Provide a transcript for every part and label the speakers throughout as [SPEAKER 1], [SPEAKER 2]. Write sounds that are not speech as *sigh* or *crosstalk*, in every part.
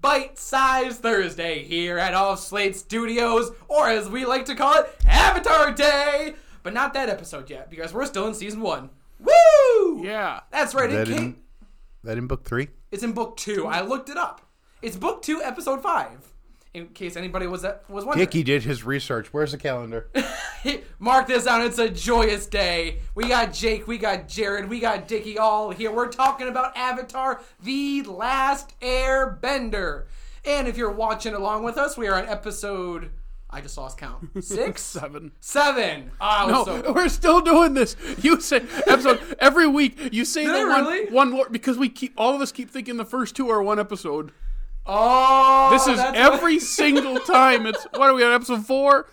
[SPEAKER 1] Bite Size Thursday here at Off Slate Studios, or as we like to call it, Avatar Day! But not that episode yet, because we're still in season one. Woo!
[SPEAKER 2] Yeah.
[SPEAKER 1] That's right, it
[SPEAKER 3] That
[SPEAKER 1] came,
[SPEAKER 3] in, that in book three?
[SPEAKER 1] it's in book two. I looked it up. It's book two, episode five. In case anybody was was wondering.
[SPEAKER 3] Dickie did his research. Where's the calendar?
[SPEAKER 1] *laughs* Mark this down. It's a joyous day. We got Jake, we got Jared, we got Dickie all here. We're talking about Avatar The Last Airbender. And if you're watching along with us, we are on episode. I just lost count.
[SPEAKER 2] *laughs*
[SPEAKER 1] Six?
[SPEAKER 2] Seven.
[SPEAKER 1] Seven. Oh,
[SPEAKER 2] No,
[SPEAKER 1] so-
[SPEAKER 2] *laughs* we're still doing this. You say episode every week. You say
[SPEAKER 1] I
[SPEAKER 2] the one
[SPEAKER 1] really?
[SPEAKER 2] one more because we keep all of us keep thinking the first two are one episode.
[SPEAKER 1] oh
[SPEAKER 2] This is
[SPEAKER 1] that's *laughs*
[SPEAKER 2] every single time. It's what are we on episode four,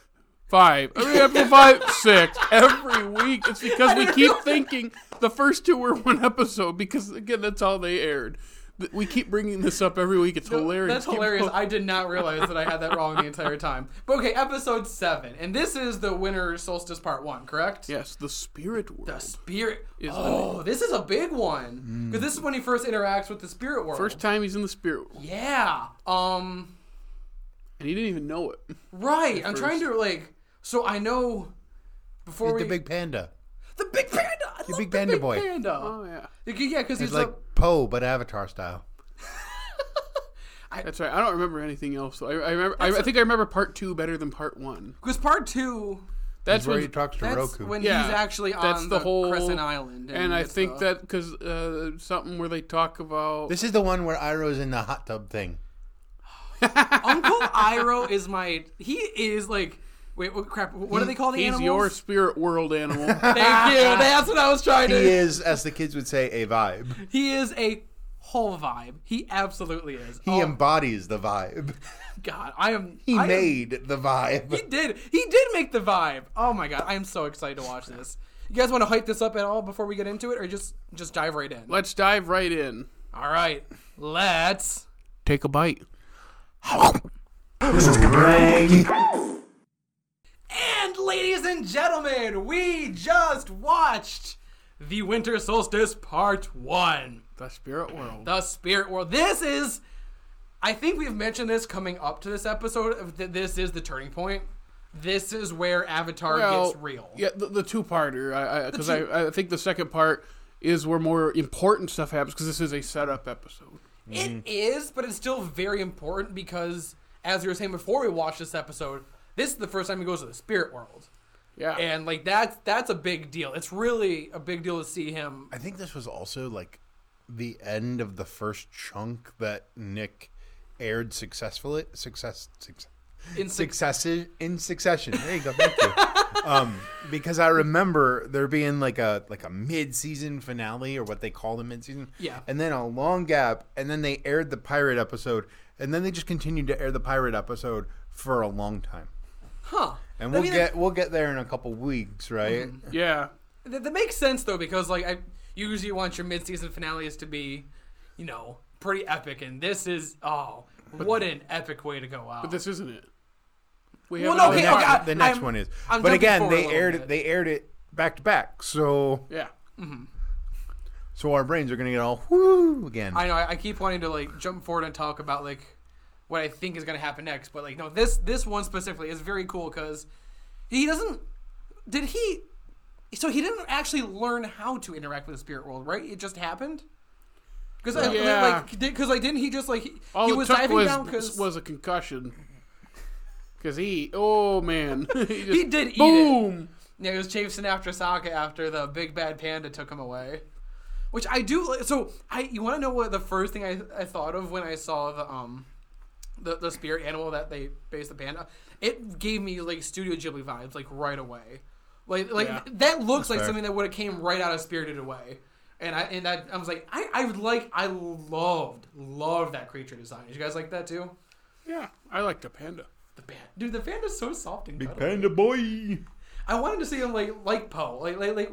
[SPEAKER 2] five? Are we on episode five, six? Every week. It's because we keep thinking the first two were one episode because again that's all they aired. Th- We keep bringing this up every week. It's hilarious.
[SPEAKER 1] That's
[SPEAKER 2] Keep
[SPEAKER 1] hilarious.
[SPEAKER 2] going.
[SPEAKER 1] I did
[SPEAKER 2] *laughs*
[SPEAKER 1] not realize that I had that wrong the entire time. But okay, episode seven. And this is the winter solstice part one, correct?
[SPEAKER 2] yes, the spirit world.
[SPEAKER 1] The spirit. oh, this is a big one because this is when he first interacts with the spirit world.
[SPEAKER 2] First time he's in the spirit world,
[SPEAKER 1] Yeah. Um.
[SPEAKER 2] and he didn't even know it.
[SPEAKER 1] Right. i I'm trying to like. So I know. Before we
[SPEAKER 3] He's the big panda.
[SPEAKER 1] the big panda. I love
[SPEAKER 3] big
[SPEAKER 1] the
[SPEAKER 3] panda
[SPEAKER 1] big
[SPEAKER 3] boy.
[SPEAKER 1] Panda.
[SPEAKER 2] Oh yeah.
[SPEAKER 1] Like, yeah, because he's
[SPEAKER 3] It's like
[SPEAKER 1] a-
[SPEAKER 3] Poe, but Avatar style.
[SPEAKER 2] That's right. I don't remember anything else. Though. I, I remember. I, I think I remember part two better than part one.
[SPEAKER 1] because part two.
[SPEAKER 2] That's
[SPEAKER 3] where
[SPEAKER 2] when,
[SPEAKER 3] he talks to
[SPEAKER 1] That's
[SPEAKER 3] Roku.
[SPEAKER 1] when
[SPEAKER 2] Yeah,
[SPEAKER 1] he's actually on
[SPEAKER 2] that's the whole-
[SPEAKER 1] Crescent Island, and,
[SPEAKER 2] and I
[SPEAKER 1] it's
[SPEAKER 2] think
[SPEAKER 1] the-
[SPEAKER 2] that because uh, something where they talk about
[SPEAKER 3] This is the one where Iroh's in the hot tub thing.
[SPEAKER 1] Uncle Iroh is my. He is like. Wait, what crap? What do they call the
[SPEAKER 2] he's
[SPEAKER 1] animals?
[SPEAKER 2] your spirit
[SPEAKER 1] *laughs*
[SPEAKER 2] world animal.
[SPEAKER 1] Thank you. That's what I was trying
[SPEAKER 3] He
[SPEAKER 1] to.
[SPEAKER 3] is, as the kids would say, a vibe.
[SPEAKER 1] He is a whole vibe. He absolutely is.
[SPEAKER 3] He
[SPEAKER 1] oh
[SPEAKER 3] embodies the vibe.
[SPEAKER 1] God, I am.
[SPEAKER 3] He
[SPEAKER 1] I am-
[SPEAKER 3] made the vibe.
[SPEAKER 1] he did. He did make the vibe. Oh my God, I am so excited to watch this. You guys want to hype this up at all before we get into it, or just just dive right in?
[SPEAKER 2] Let's dive right in.
[SPEAKER 1] All right, let's.
[SPEAKER 2] Take a bite.
[SPEAKER 1] And ladies and gentlemen, we just watched the Winter Solstice Part One.
[SPEAKER 2] The spirit world.
[SPEAKER 1] the spirit world. This is, I think we've mentioned this coming up to this episode. of th- This is the turning point. This is where Avatar
[SPEAKER 2] Well,
[SPEAKER 1] gets real.
[SPEAKER 2] Yeah, the, the two parter. Because I, I, think the second part is where more important stuff happens because this is a setup episode.
[SPEAKER 1] It is, but it's still very important because, as we were saying before we watched this episode, this is the first time he goes to the spirit world,
[SPEAKER 2] Yeah.
[SPEAKER 1] and like that's that's a big deal. It's really a big deal to see him.
[SPEAKER 3] I think this was also like the end of the first chunk that Nick aired successfully. Success. success.
[SPEAKER 1] In six,
[SPEAKER 3] succession in succession. There you go.
[SPEAKER 1] *laughs*
[SPEAKER 3] Thank you. um, because I remember there being like a like a mid season finale or what they call the mid season.
[SPEAKER 1] Yeah.
[SPEAKER 3] And then a long gap, and then they aired the pirate episode, and then they just continued to air the pirate episode for a long time.
[SPEAKER 1] huh?
[SPEAKER 3] And
[SPEAKER 1] I
[SPEAKER 3] we'll
[SPEAKER 1] mean,
[SPEAKER 3] get we'll get there in a couple weeks, right?
[SPEAKER 1] Mm-hmm.
[SPEAKER 2] yeah.
[SPEAKER 1] That, that makes sense though, because like I usually you want your mid-season finales to be, you know, pretty epic, and this is oh, what an epic way to go out.
[SPEAKER 2] But this isn't it. We
[SPEAKER 1] Well,
[SPEAKER 2] have
[SPEAKER 1] no,
[SPEAKER 2] another
[SPEAKER 1] okay,
[SPEAKER 3] the
[SPEAKER 2] part.
[SPEAKER 3] next,
[SPEAKER 1] okay, I-
[SPEAKER 3] the next
[SPEAKER 1] I'm-
[SPEAKER 3] one is.
[SPEAKER 1] I'm
[SPEAKER 3] but
[SPEAKER 1] jumping
[SPEAKER 3] again,
[SPEAKER 1] forward a
[SPEAKER 3] they
[SPEAKER 1] little
[SPEAKER 3] aired
[SPEAKER 1] bit.
[SPEAKER 3] it. They aired it back to back. So
[SPEAKER 2] Yeah.
[SPEAKER 3] so our brains are gonna get all whoo again.
[SPEAKER 1] I know I, I keep wanting to like jump forward and talk about like what I think is gonna happen next, but like no, this this one specifically is very cool because he doesn't. Did he? So he didn't actually learn how to interact with the spirit world, right? It just happened. Because like,
[SPEAKER 2] Yeah.
[SPEAKER 1] like, did, cause like, didn't he just like he,
[SPEAKER 2] All
[SPEAKER 1] he
[SPEAKER 2] it
[SPEAKER 1] was
[SPEAKER 2] took
[SPEAKER 1] diving
[SPEAKER 2] was,
[SPEAKER 1] down? Because
[SPEAKER 2] was a concussion. Because he, oh man, *laughs* he,
[SPEAKER 1] *laughs*
[SPEAKER 2] just,
[SPEAKER 1] he did eat it.
[SPEAKER 2] Boom.
[SPEAKER 1] Yeah, he was chasing after Sokka after the big bad panda took him away. Which I do. So I, you want to know what the first thing I, I thought of when I saw the um, the, the spirit animal that they based the panda? It gave me like Studio Ghibli vibes, like right away. Like like
[SPEAKER 2] Yeah.
[SPEAKER 1] that looks like
[SPEAKER 3] fair.
[SPEAKER 1] something that would have came right out of Spirited Away. And I and I, I was like I I would like I loved loved that creature design. Did you guys like that too?
[SPEAKER 2] Yeah, I liked a panda.
[SPEAKER 1] The panda, dude, the panda's so soft and cuddly.
[SPEAKER 3] Panda boy.
[SPEAKER 1] I wanted to see him like like Poe. Like, like like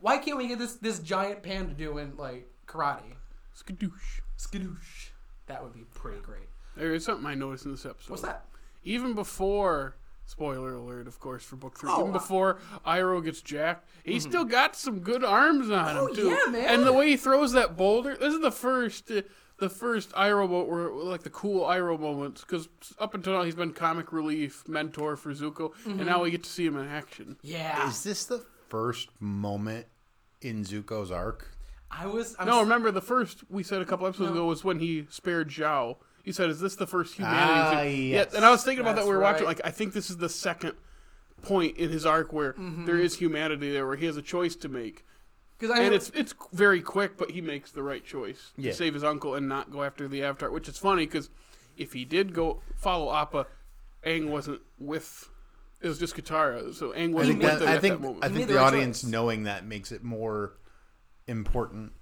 [SPEAKER 1] why can't we get this this giant panda doing like karate?
[SPEAKER 2] Skadoosh.
[SPEAKER 1] Skadoosh. That would be pretty great.
[SPEAKER 2] There is something I noticed in this episode.
[SPEAKER 1] What's that?
[SPEAKER 2] Even before, spoiler alert, of course, for book three.
[SPEAKER 1] Oh,
[SPEAKER 2] even
[SPEAKER 1] wow. Mm-hmm.
[SPEAKER 2] before Iroh gets jacked, he still got some good arms on
[SPEAKER 1] Oh,
[SPEAKER 2] him too.
[SPEAKER 1] yeah, man.
[SPEAKER 2] And the way he throws that boulder, this is the first uh, the first iRobot were were like the cool iRobot moments because up until now he's been comic relief mentor for Zuko, and
[SPEAKER 1] Mm-hmm.
[SPEAKER 2] now we get to see him in action.
[SPEAKER 1] Yeah,
[SPEAKER 3] Is this the first moment in Zuko's arc?
[SPEAKER 1] I was. I'm
[SPEAKER 2] No, remember the first we said a couple episodes ago was when he spared Zhao. You said, "Is this the first humanity?"
[SPEAKER 3] Ah,
[SPEAKER 2] thing?"
[SPEAKER 3] yes.
[SPEAKER 2] Yeah, and I was thinking about that.
[SPEAKER 1] That's
[SPEAKER 2] when We were watching.
[SPEAKER 1] right.
[SPEAKER 2] Like, I think this is the second point in his arc where
[SPEAKER 3] Mm-hmm.
[SPEAKER 2] there is humanity there, where he has a choice to make,
[SPEAKER 1] because I
[SPEAKER 2] and it's it's very quick, but he makes the right choice
[SPEAKER 3] Yeah.
[SPEAKER 2] to save his uncle and not go after the Avatar, which is funny because if he did go follow Appa, Aang wasn't with. It was just Katara, so Aang wasn't
[SPEAKER 3] I think
[SPEAKER 2] with
[SPEAKER 3] that,
[SPEAKER 2] them
[SPEAKER 3] I
[SPEAKER 2] at
[SPEAKER 3] think
[SPEAKER 2] that moment.
[SPEAKER 3] I
[SPEAKER 1] He
[SPEAKER 3] think
[SPEAKER 1] made the
[SPEAKER 3] the
[SPEAKER 1] right
[SPEAKER 3] audience
[SPEAKER 1] choice.
[SPEAKER 3] knowing that makes it more important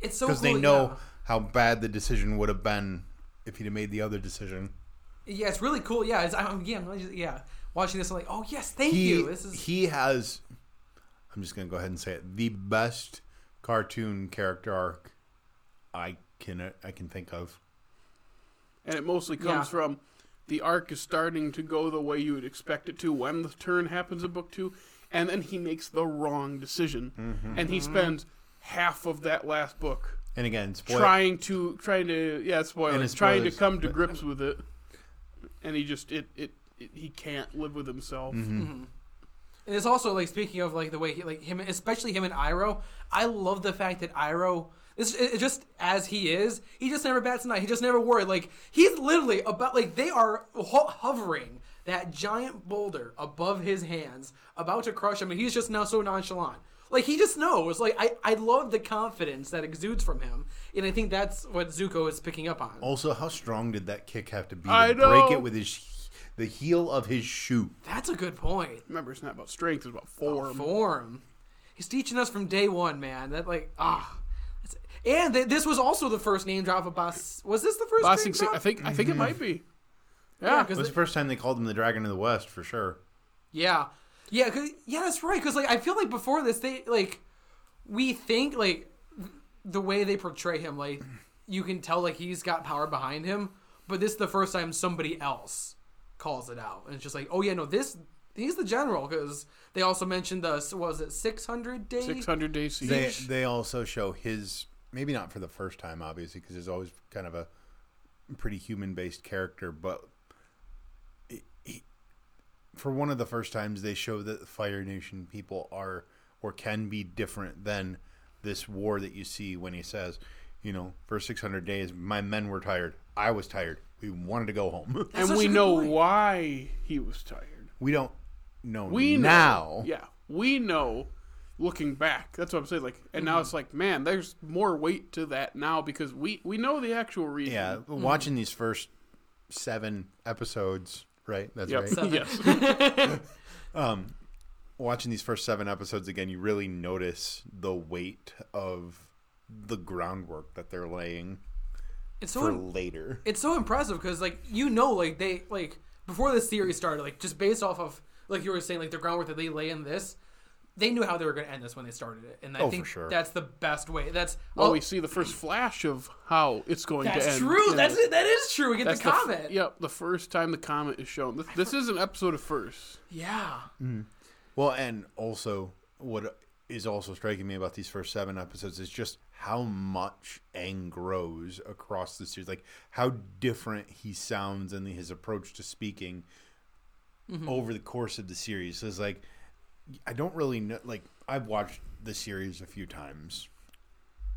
[SPEAKER 1] it's so
[SPEAKER 3] because
[SPEAKER 1] cool,
[SPEAKER 3] they know
[SPEAKER 1] yeah.
[SPEAKER 3] how bad the decision would have been if he'd have made the other decision.
[SPEAKER 1] Yeah, it's really cool. Yeah, it's, I'm, yeah, I'm just- yeah. Watching this, I'm like, oh yes, thank
[SPEAKER 3] He
[SPEAKER 1] you. This is
[SPEAKER 3] he has. I'm just gonna go ahead and say it: the best cartoon character arc I can I can think of.
[SPEAKER 2] and it mostly comes
[SPEAKER 1] Yeah.
[SPEAKER 2] from the arc is starting to go the way you would expect it to when the turn happens in book two, and then he makes the wrong decision,
[SPEAKER 3] Mm-hmm.
[SPEAKER 2] and
[SPEAKER 1] Mm-hmm.
[SPEAKER 2] he spends half of that last book
[SPEAKER 3] And again, spoil.
[SPEAKER 2] trying to trying to yeah
[SPEAKER 3] And
[SPEAKER 2] spoilers
[SPEAKER 3] it's
[SPEAKER 2] trying to
[SPEAKER 3] spoilers,
[SPEAKER 2] come to
[SPEAKER 3] but-
[SPEAKER 2] grips with it, and he just it it, it he can't live with himself.
[SPEAKER 3] Mm-hmm.
[SPEAKER 1] And it's also like speaking of like the way he, like him, especially him and Iroh. I love the fact that Iroh. This it, it just as he is. He just never bats an eye. He just never worried. Like he's literally about like they are ho- hovering that giant boulder above his hands, about to crush him, and he's just now so nonchalant. Like he just knows. Like I, I love the confidence that exudes from him, and I think that's what Zuko is picking up on.
[SPEAKER 3] Also, how strong did that kick have to be to
[SPEAKER 2] I know.
[SPEAKER 3] break it with his the heel of his shoe?
[SPEAKER 1] That's a good point.
[SPEAKER 2] Remember, it's not about strength; it's about form.
[SPEAKER 1] form. He's teaching us from day one, man. That like ah. that's- And th- this was also the first name drop of Boss. Was this the first
[SPEAKER 2] Boss
[SPEAKER 1] name
[SPEAKER 2] Sing Sing-
[SPEAKER 1] drop?
[SPEAKER 2] I think I
[SPEAKER 3] Mm-hmm.
[SPEAKER 2] think it might be.
[SPEAKER 1] yeah,
[SPEAKER 2] Yeah,
[SPEAKER 3] It
[SPEAKER 1] because
[SPEAKER 3] was the first time they called him the Dragon of the West for sure.
[SPEAKER 1] yeah, yeah, 'cause- yeah. That's right. Because like I feel like before this, they like we think like th- the way they portray him, like you can tell like he's got power behind him. But this is the first time somebody else calls it out, and it's just like, oh yeah, no, this he's the general. Because they also mentioned the what was it six hundred day
[SPEAKER 2] six hundred day siege.
[SPEAKER 3] They they also show his maybe not for the first time, obviously, because he's always kind of a pretty human based character, but he- he- for one of the first times they show that the Fire Nation people are or can be different than this war that you see when he says, you know, for 600 days my men were tired, I was tired, we wanted to go home. *laughs*
[SPEAKER 1] That's
[SPEAKER 2] and
[SPEAKER 1] such
[SPEAKER 2] we
[SPEAKER 1] a good
[SPEAKER 2] know
[SPEAKER 1] point.
[SPEAKER 2] why he was tired.
[SPEAKER 3] we don't know
[SPEAKER 2] We know,
[SPEAKER 3] now.
[SPEAKER 2] yeah, we know. Looking back, that's what I'm saying. Like, and
[SPEAKER 3] Mm-hmm.
[SPEAKER 2] now it's like, man, there's more weight to that now because we we know the actual reason.
[SPEAKER 3] Yeah, watching these first seven episodes, right? That's
[SPEAKER 2] Yep.
[SPEAKER 3] right.
[SPEAKER 1] Seven.
[SPEAKER 2] *laughs* yes.
[SPEAKER 3] watching these first seven episodes again, you really notice the weight of the groundwork that they're laying
[SPEAKER 1] It's so
[SPEAKER 3] for
[SPEAKER 1] im-
[SPEAKER 3] later.
[SPEAKER 1] it's so impressive because like you know like they like before the series started like just based off of like you were saying like the groundwork that they lay in this they knew how they were going to end this when they started it and i
[SPEAKER 3] Oh, for
[SPEAKER 1] think
[SPEAKER 3] sure.
[SPEAKER 1] that's the best way that's
[SPEAKER 2] well,
[SPEAKER 1] oh,
[SPEAKER 2] we see the first flash of how it's going to
[SPEAKER 1] that's
[SPEAKER 2] end.
[SPEAKER 1] true
[SPEAKER 2] Yeah.
[SPEAKER 1] that's it that is true we get
[SPEAKER 2] That's
[SPEAKER 1] the
[SPEAKER 2] f-
[SPEAKER 1] comment yeah,
[SPEAKER 2] yep, the first time the comet is shown. This, this is an episode of first.
[SPEAKER 3] Well, and also what is also striking me about these first seven episodes is just how much Aang grows across the series, like how different he sounds and his approach to speaking over the course of the series. So it's like I don't really know. Like I've watched the series a few times.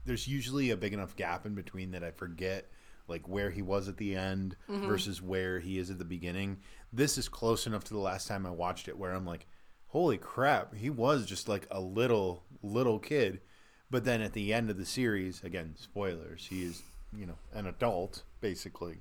[SPEAKER 3] There's usually a big enough gap in between that I forget like where he was at the end versus where he is at the beginning. This is close enough to the last time I watched it where I'm like, holy crap, he was just like a little little kid. But then at the end of the series, again, spoilers, he is you know an adult basically.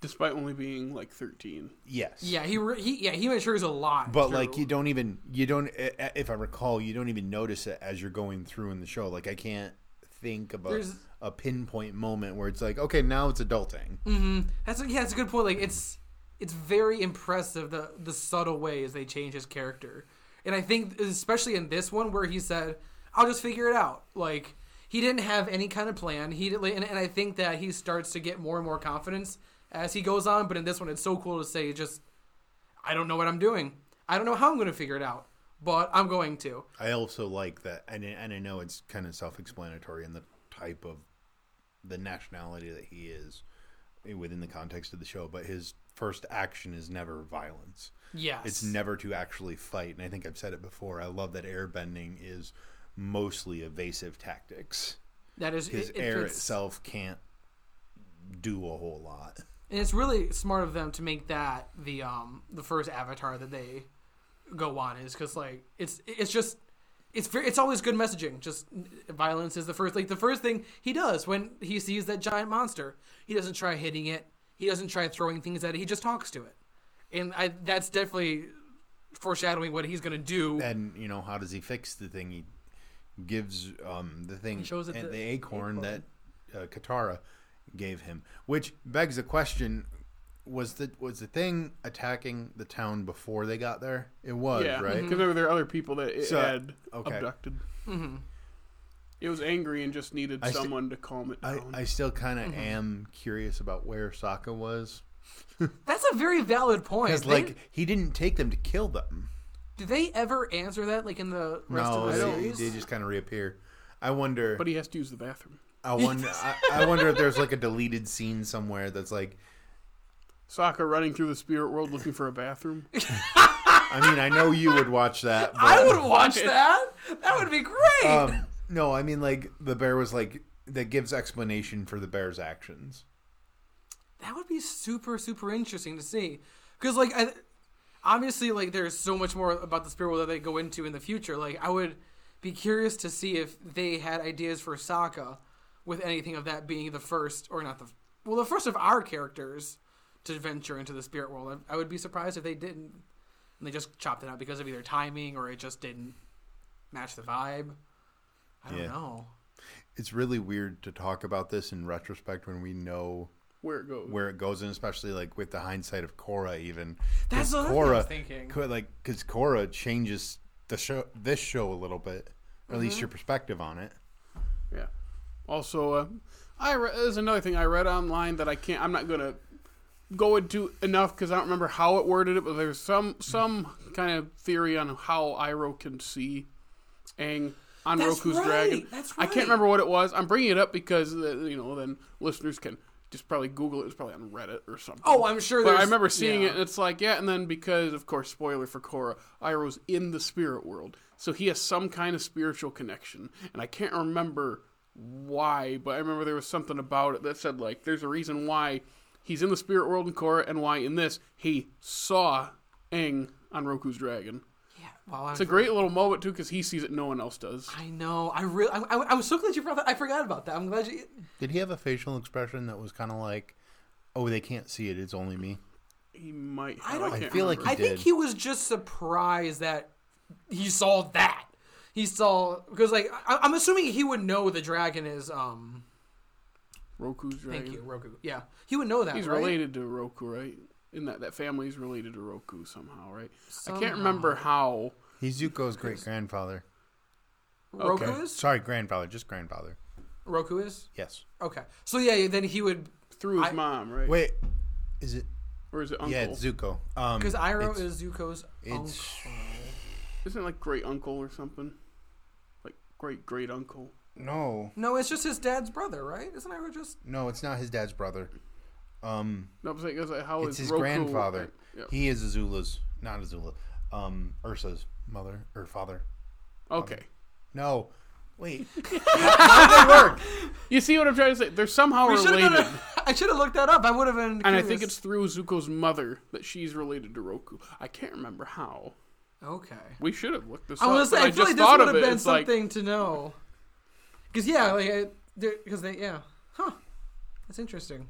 [SPEAKER 2] Despite only being like 13,
[SPEAKER 3] Yes.
[SPEAKER 1] yeah he, re- he yeah he matures a lot
[SPEAKER 3] but
[SPEAKER 1] through-
[SPEAKER 3] like you don't even you don't i- i- if i recall you don't even notice it as you're going through in the show like i can't think of a,
[SPEAKER 1] There's-
[SPEAKER 3] a pinpoint moment where it's like okay now it's adulting
[SPEAKER 1] That's yeah, that's a good point. Like it's it's very impressive the the subtle ways they change his character, and I think especially in this one where he said, "I'll just figure it out." Like he didn't have any kind of plan. He didn't, and, and I think that he starts to get more and more confidence as he goes on. But in this one, it's so cool to say, "Just I don't know what I'm doing. I don't know how I'm going to figure it out, but I'm going to."
[SPEAKER 3] i also like that and, I- and i know it's kind of self-explanatory in the type of the nationality that he is eh, within the context of the show, but his first action is never violence.
[SPEAKER 1] Yes.
[SPEAKER 3] It's never to actually fight. And I think I've said it before. I love that airbending is mostly evasive tactics.
[SPEAKER 1] that is
[SPEAKER 3] His
[SPEAKER 1] it, it
[SPEAKER 3] air
[SPEAKER 1] fits-
[SPEAKER 3] itself can't do a whole lot.
[SPEAKER 1] And it's really smart of them to make that the um the first avatar that they go on is because like it's it's just it's very, it's always good messaging. Just violence is the first like the first thing he does when he sees that giant monster. He doesn't try hitting it. He doesn't try throwing things at it. He just talks to it, and I that's definitely foreshadowing what he's gonna do.
[SPEAKER 3] and you know how does he fix the thing he gives um the thing
[SPEAKER 1] shows it
[SPEAKER 3] and
[SPEAKER 1] the
[SPEAKER 3] the, acorn, that uh, katara gave him which begs the question was the was the thing attacking the town before they got there it was
[SPEAKER 2] yeah,
[SPEAKER 1] Mm-hmm.
[SPEAKER 3] right
[SPEAKER 2] Because there were there were other people that it
[SPEAKER 3] So,
[SPEAKER 2] had
[SPEAKER 3] okay.
[SPEAKER 2] abducted.
[SPEAKER 1] Mm-hmm.
[SPEAKER 2] It was angry and just needed
[SPEAKER 3] I st-
[SPEAKER 2] someone to calm it
[SPEAKER 3] I,
[SPEAKER 2] down.
[SPEAKER 3] I still kind of
[SPEAKER 1] Mm-hmm.
[SPEAKER 3] am curious about where Sokka was
[SPEAKER 1] That's a very valid point.
[SPEAKER 3] because
[SPEAKER 1] They-
[SPEAKER 3] like he didn't take them to kill them
[SPEAKER 1] do they ever answer that like in the rest
[SPEAKER 3] no
[SPEAKER 1] of the
[SPEAKER 3] they,
[SPEAKER 1] series?
[SPEAKER 3] they just kind of reappear I wonder
[SPEAKER 2] but he has to use the bathroom.
[SPEAKER 3] I wonder I, I wonder if there's like a deleted scene somewhere that's like
[SPEAKER 2] Sokka running through the spirit world looking for a bathroom.
[SPEAKER 3] I mean I know you would watch that but
[SPEAKER 1] I would watch that. That would be great.
[SPEAKER 3] um, no, I mean like the bear was like that gives explanation for the bear's actions.
[SPEAKER 1] that would be super super interesting to see because like I, obviously like there's so much more about the spirit world that they go into in the future like i would be curious to see if they had ideas for Sokka with anything of that being the first or not the well the first of our characters to venture into the spirit world i, I would be surprised if they didn't and they just chopped it out because of either timing or it just didn't match the vibe i don't
[SPEAKER 3] Yeah.
[SPEAKER 1] know
[SPEAKER 3] It's really weird to talk about this in retrospect when we know
[SPEAKER 2] Where it goes.
[SPEAKER 3] where it goes, and especially like with the hindsight of Korra, even
[SPEAKER 1] that's
[SPEAKER 3] 'Cause
[SPEAKER 1] what i was thinking
[SPEAKER 3] Ko- like because Korra changes the show, this show a little bit, or at
[SPEAKER 1] Mm-hmm.
[SPEAKER 3] least your perspective on it.
[SPEAKER 2] Yeah. Also, uh, I re- there's another thing I read online that I can't. I'm not gonna go into enough because I don't remember how it worded it, but there's some some kind of theory on how Iroh can see Aang on
[SPEAKER 1] That's
[SPEAKER 2] Roku's
[SPEAKER 1] right,
[SPEAKER 2] dragon.
[SPEAKER 1] that's
[SPEAKER 2] I
[SPEAKER 1] right.
[SPEAKER 2] can't remember what it was. I'm bringing it up because uh, you know then listeners can just probably Google it. It's probably on Reddit or something.
[SPEAKER 1] oh i'm sure
[SPEAKER 2] But I
[SPEAKER 1] there's-
[SPEAKER 2] remember seeing
[SPEAKER 1] yeah.
[SPEAKER 2] it, and it's like, yeah, and then because, of course, spoiler for Korra, Iroh's in the spirit world. So he has some kind of spiritual connection. And I can't remember why, but I remember there was something about it that said, like, there's a reason why he's in the spirit world in Korra, and why in this he saw Aang on Roku's dragon.
[SPEAKER 1] yeah well, I'm
[SPEAKER 2] It's a great little moment, too, because he sees it, no one else does.
[SPEAKER 1] I know. I really. I, I, I was so glad you brought that. I forgot about that. I'm glad you.
[SPEAKER 3] Did he have a facial expression that was kind of like, "Oh, they can't see it; it's only me."
[SPEAKER 2] He might have,
[SPEAKER 1] I don't.
[SPEAKER 2] I
[SPEAKER 1] I,
[SPEAKER 2] can't
[SPEAKER 3] feel like
[SPEAKER 2] remember.
[SPEAKER 3] he
[SPEAKER 1] think
[SPEAKER 3] did.
[SPEAKER 1] he was just surprised that he saw that. He saw because like I, I'm assuming he would know the dragon is um.
[SPEAKER 2] Roku's dragon.
[SPEAKER 1] Thank you, Roku. Yeah, he would know that.
[SPEAKER 2] He's
[SPEAKER 1] right?
[SPEAKER 2] related to Roku, right? In that that family's related to Roku somehow, right? I
[SPEAKER 1] Somehow.
[SPEAKER 2] can't remember how.
[SPEAKER 3] He's Zuko's great grandfather.
[SPEAKER 1] Roku
[SPEAKER 2] Okay.
[SPEAKER 1] is.
[SPEAKER 3] Sorry, grandfather, just grandfather.
[SPEAKER 1] Roku is.
[SPEAKER 3] Yes.
[SPEAKER 1] Okay. So yeah, then he would
[SPEAKER 2] Through his
[SPEAKER 1] I-
[SPEAKER 2] mom, right?
[SPEAKER 3] Wait, is it?
[SPEAKER 2] or is it uncle?
[SPEAKER 3] Yeah, it's Zuko. Um,
[SPEAKER 1] because Iroh
[SPEAKER 3] it's-
[SPEAKER 1] is Zuko's uncle.
[SPEAKER 3] it's
[SPEAKER 2] Isn't it like great uncle or something? Like great great uncle.
[SPEAKER 3] no.
[SPEAKER 1] No, it's just his dad's brother, right? Isn't Iroh just?
[SPEAKER 3] No, it's not his dad's brother. Um,
[SPEAKER 2] No, I'm saying is that how
[SPEAKER 3] it's
[SPEAKER 2] is
[SPEAKER 3] his
[SPEAKER 2] Roku-
[SPEAKER 3] grandfather.
[SPEAKER 2] Yeah.
[SPEAKER 3] He is Azula's, not Azula. Um, Ursa's mother or father.
[SPEAKER 2] Okay.
[SPEAKER 3] No, wait.
[SPEAKER 2] You see what I'm trying to say? They're somehow
[SPEAKER 1] We should
[SPEAKER 2] related.
[SPEAKER 1] have. *laughs* I should have looked that up. I would have been.
[SPEAKER 2] And I
[SPEAKER 1] curious.
[SPEAKER 2] think it's through Zuko's mother that she's related to Roku. I can't remember how.
[SPEAKER 1] okay.
[SPEAKER 2] We should have looked this
[SPEAKER 1] I
[SPEAKER 2] up.
[SPEAKER 1] was I,
[SPEAKER 2] but I
[SPEAKER 1] feel
[SPEAKER 2] just
[SPEAKER 1] like this
[SPEAKER 2] thought
[SPEAKER 1] would
[SPEAKER 2] of
[SPEAKER 1] have
[SPEAKER 2] it.
[SPEAKER 1] been
[SPEAKER 2] It's like
[SPEAKER 1] something to know. Because yeah, like because they yeah, huh? That's interesting.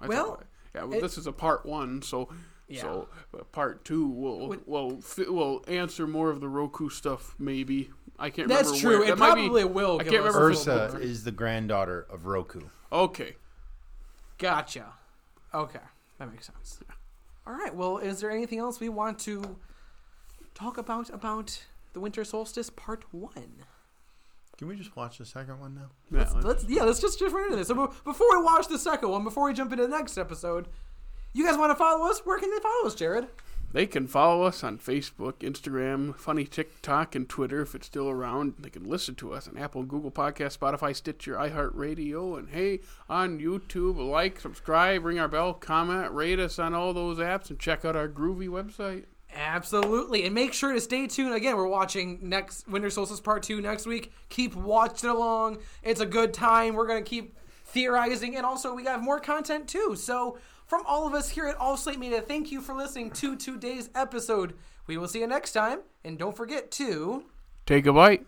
[SPEAKER 2] I
[SPEAKER 1] Well,
[SPEAKER 2] thought- yeah, well,
[SPEAKER 1] it-
[SPEAKER 2] this is a part one, so
[SPEAKER 1] Yeah.
[SPEAKER 2] so uh, part two will
[SPEAKER 1] Would-
[SPEAKER 2] will fi- will answer more of the Roku stuff. Maybe I can't.
[SPEAKER 1] That's
[SPEAKER 2] remember
[SPEAKER 1] true.
[SPEAKER 2] Where.
[SPEAKER 1] It
[SPEAKER 2] That might be-
[SPEAKER 1] probably will.
[SPEAKER 2] I
[SPEAKER 1] give
[SPEAKER 2] can't
[SPEAKER 1] us
[SPEAKER 2] remember
[SPEAKER 1] a little
[SPEAKER 2] Ursa
[SPEAKER 1] more.
[SPEAKER 3] Ursa is the granddaughter of Roku.
[SPEAKER 2] Okay.
[SPEAKER 1] Gotcha. Okay, that makes sense. All right. Well, is there anything else we want to talk about about the Winter Solstice Part One?
[SPEAKER 3] Can we just watch the second one now?
[SPEAKER 2] Yeah,
[SPEAKER 1] Let's, let's yeah, let's just jump right into this. So be- before we watch the second one, before we jump into the next episode, you guys want to follow us? Where can they follow us, Jared?
[SPEAKER 2] They can follow us on Facebook, Instagram, funny TikTok, and Twitter if it's still around. They can listen to us on Apple, Google Podcast, Spotify, Stitcher, iHeartRadio, and hey, on YouTube, like, subscribe, ring our bell, comment, rate us on all those apps, and check out our groovy website.
[SPEAKER 1] Absolutely. And make sure to stay tuned. Again, we're watching next Winter Solstice Part 2 next week. Keep watching along. It's a good time. We're going to keep theorizing. And also, we got more content too. So, from all of us here at All Slate Media, thank you for listening to today's episode. We will see you next time. And don't forget to.
[SPEAKER 2] Take a bite.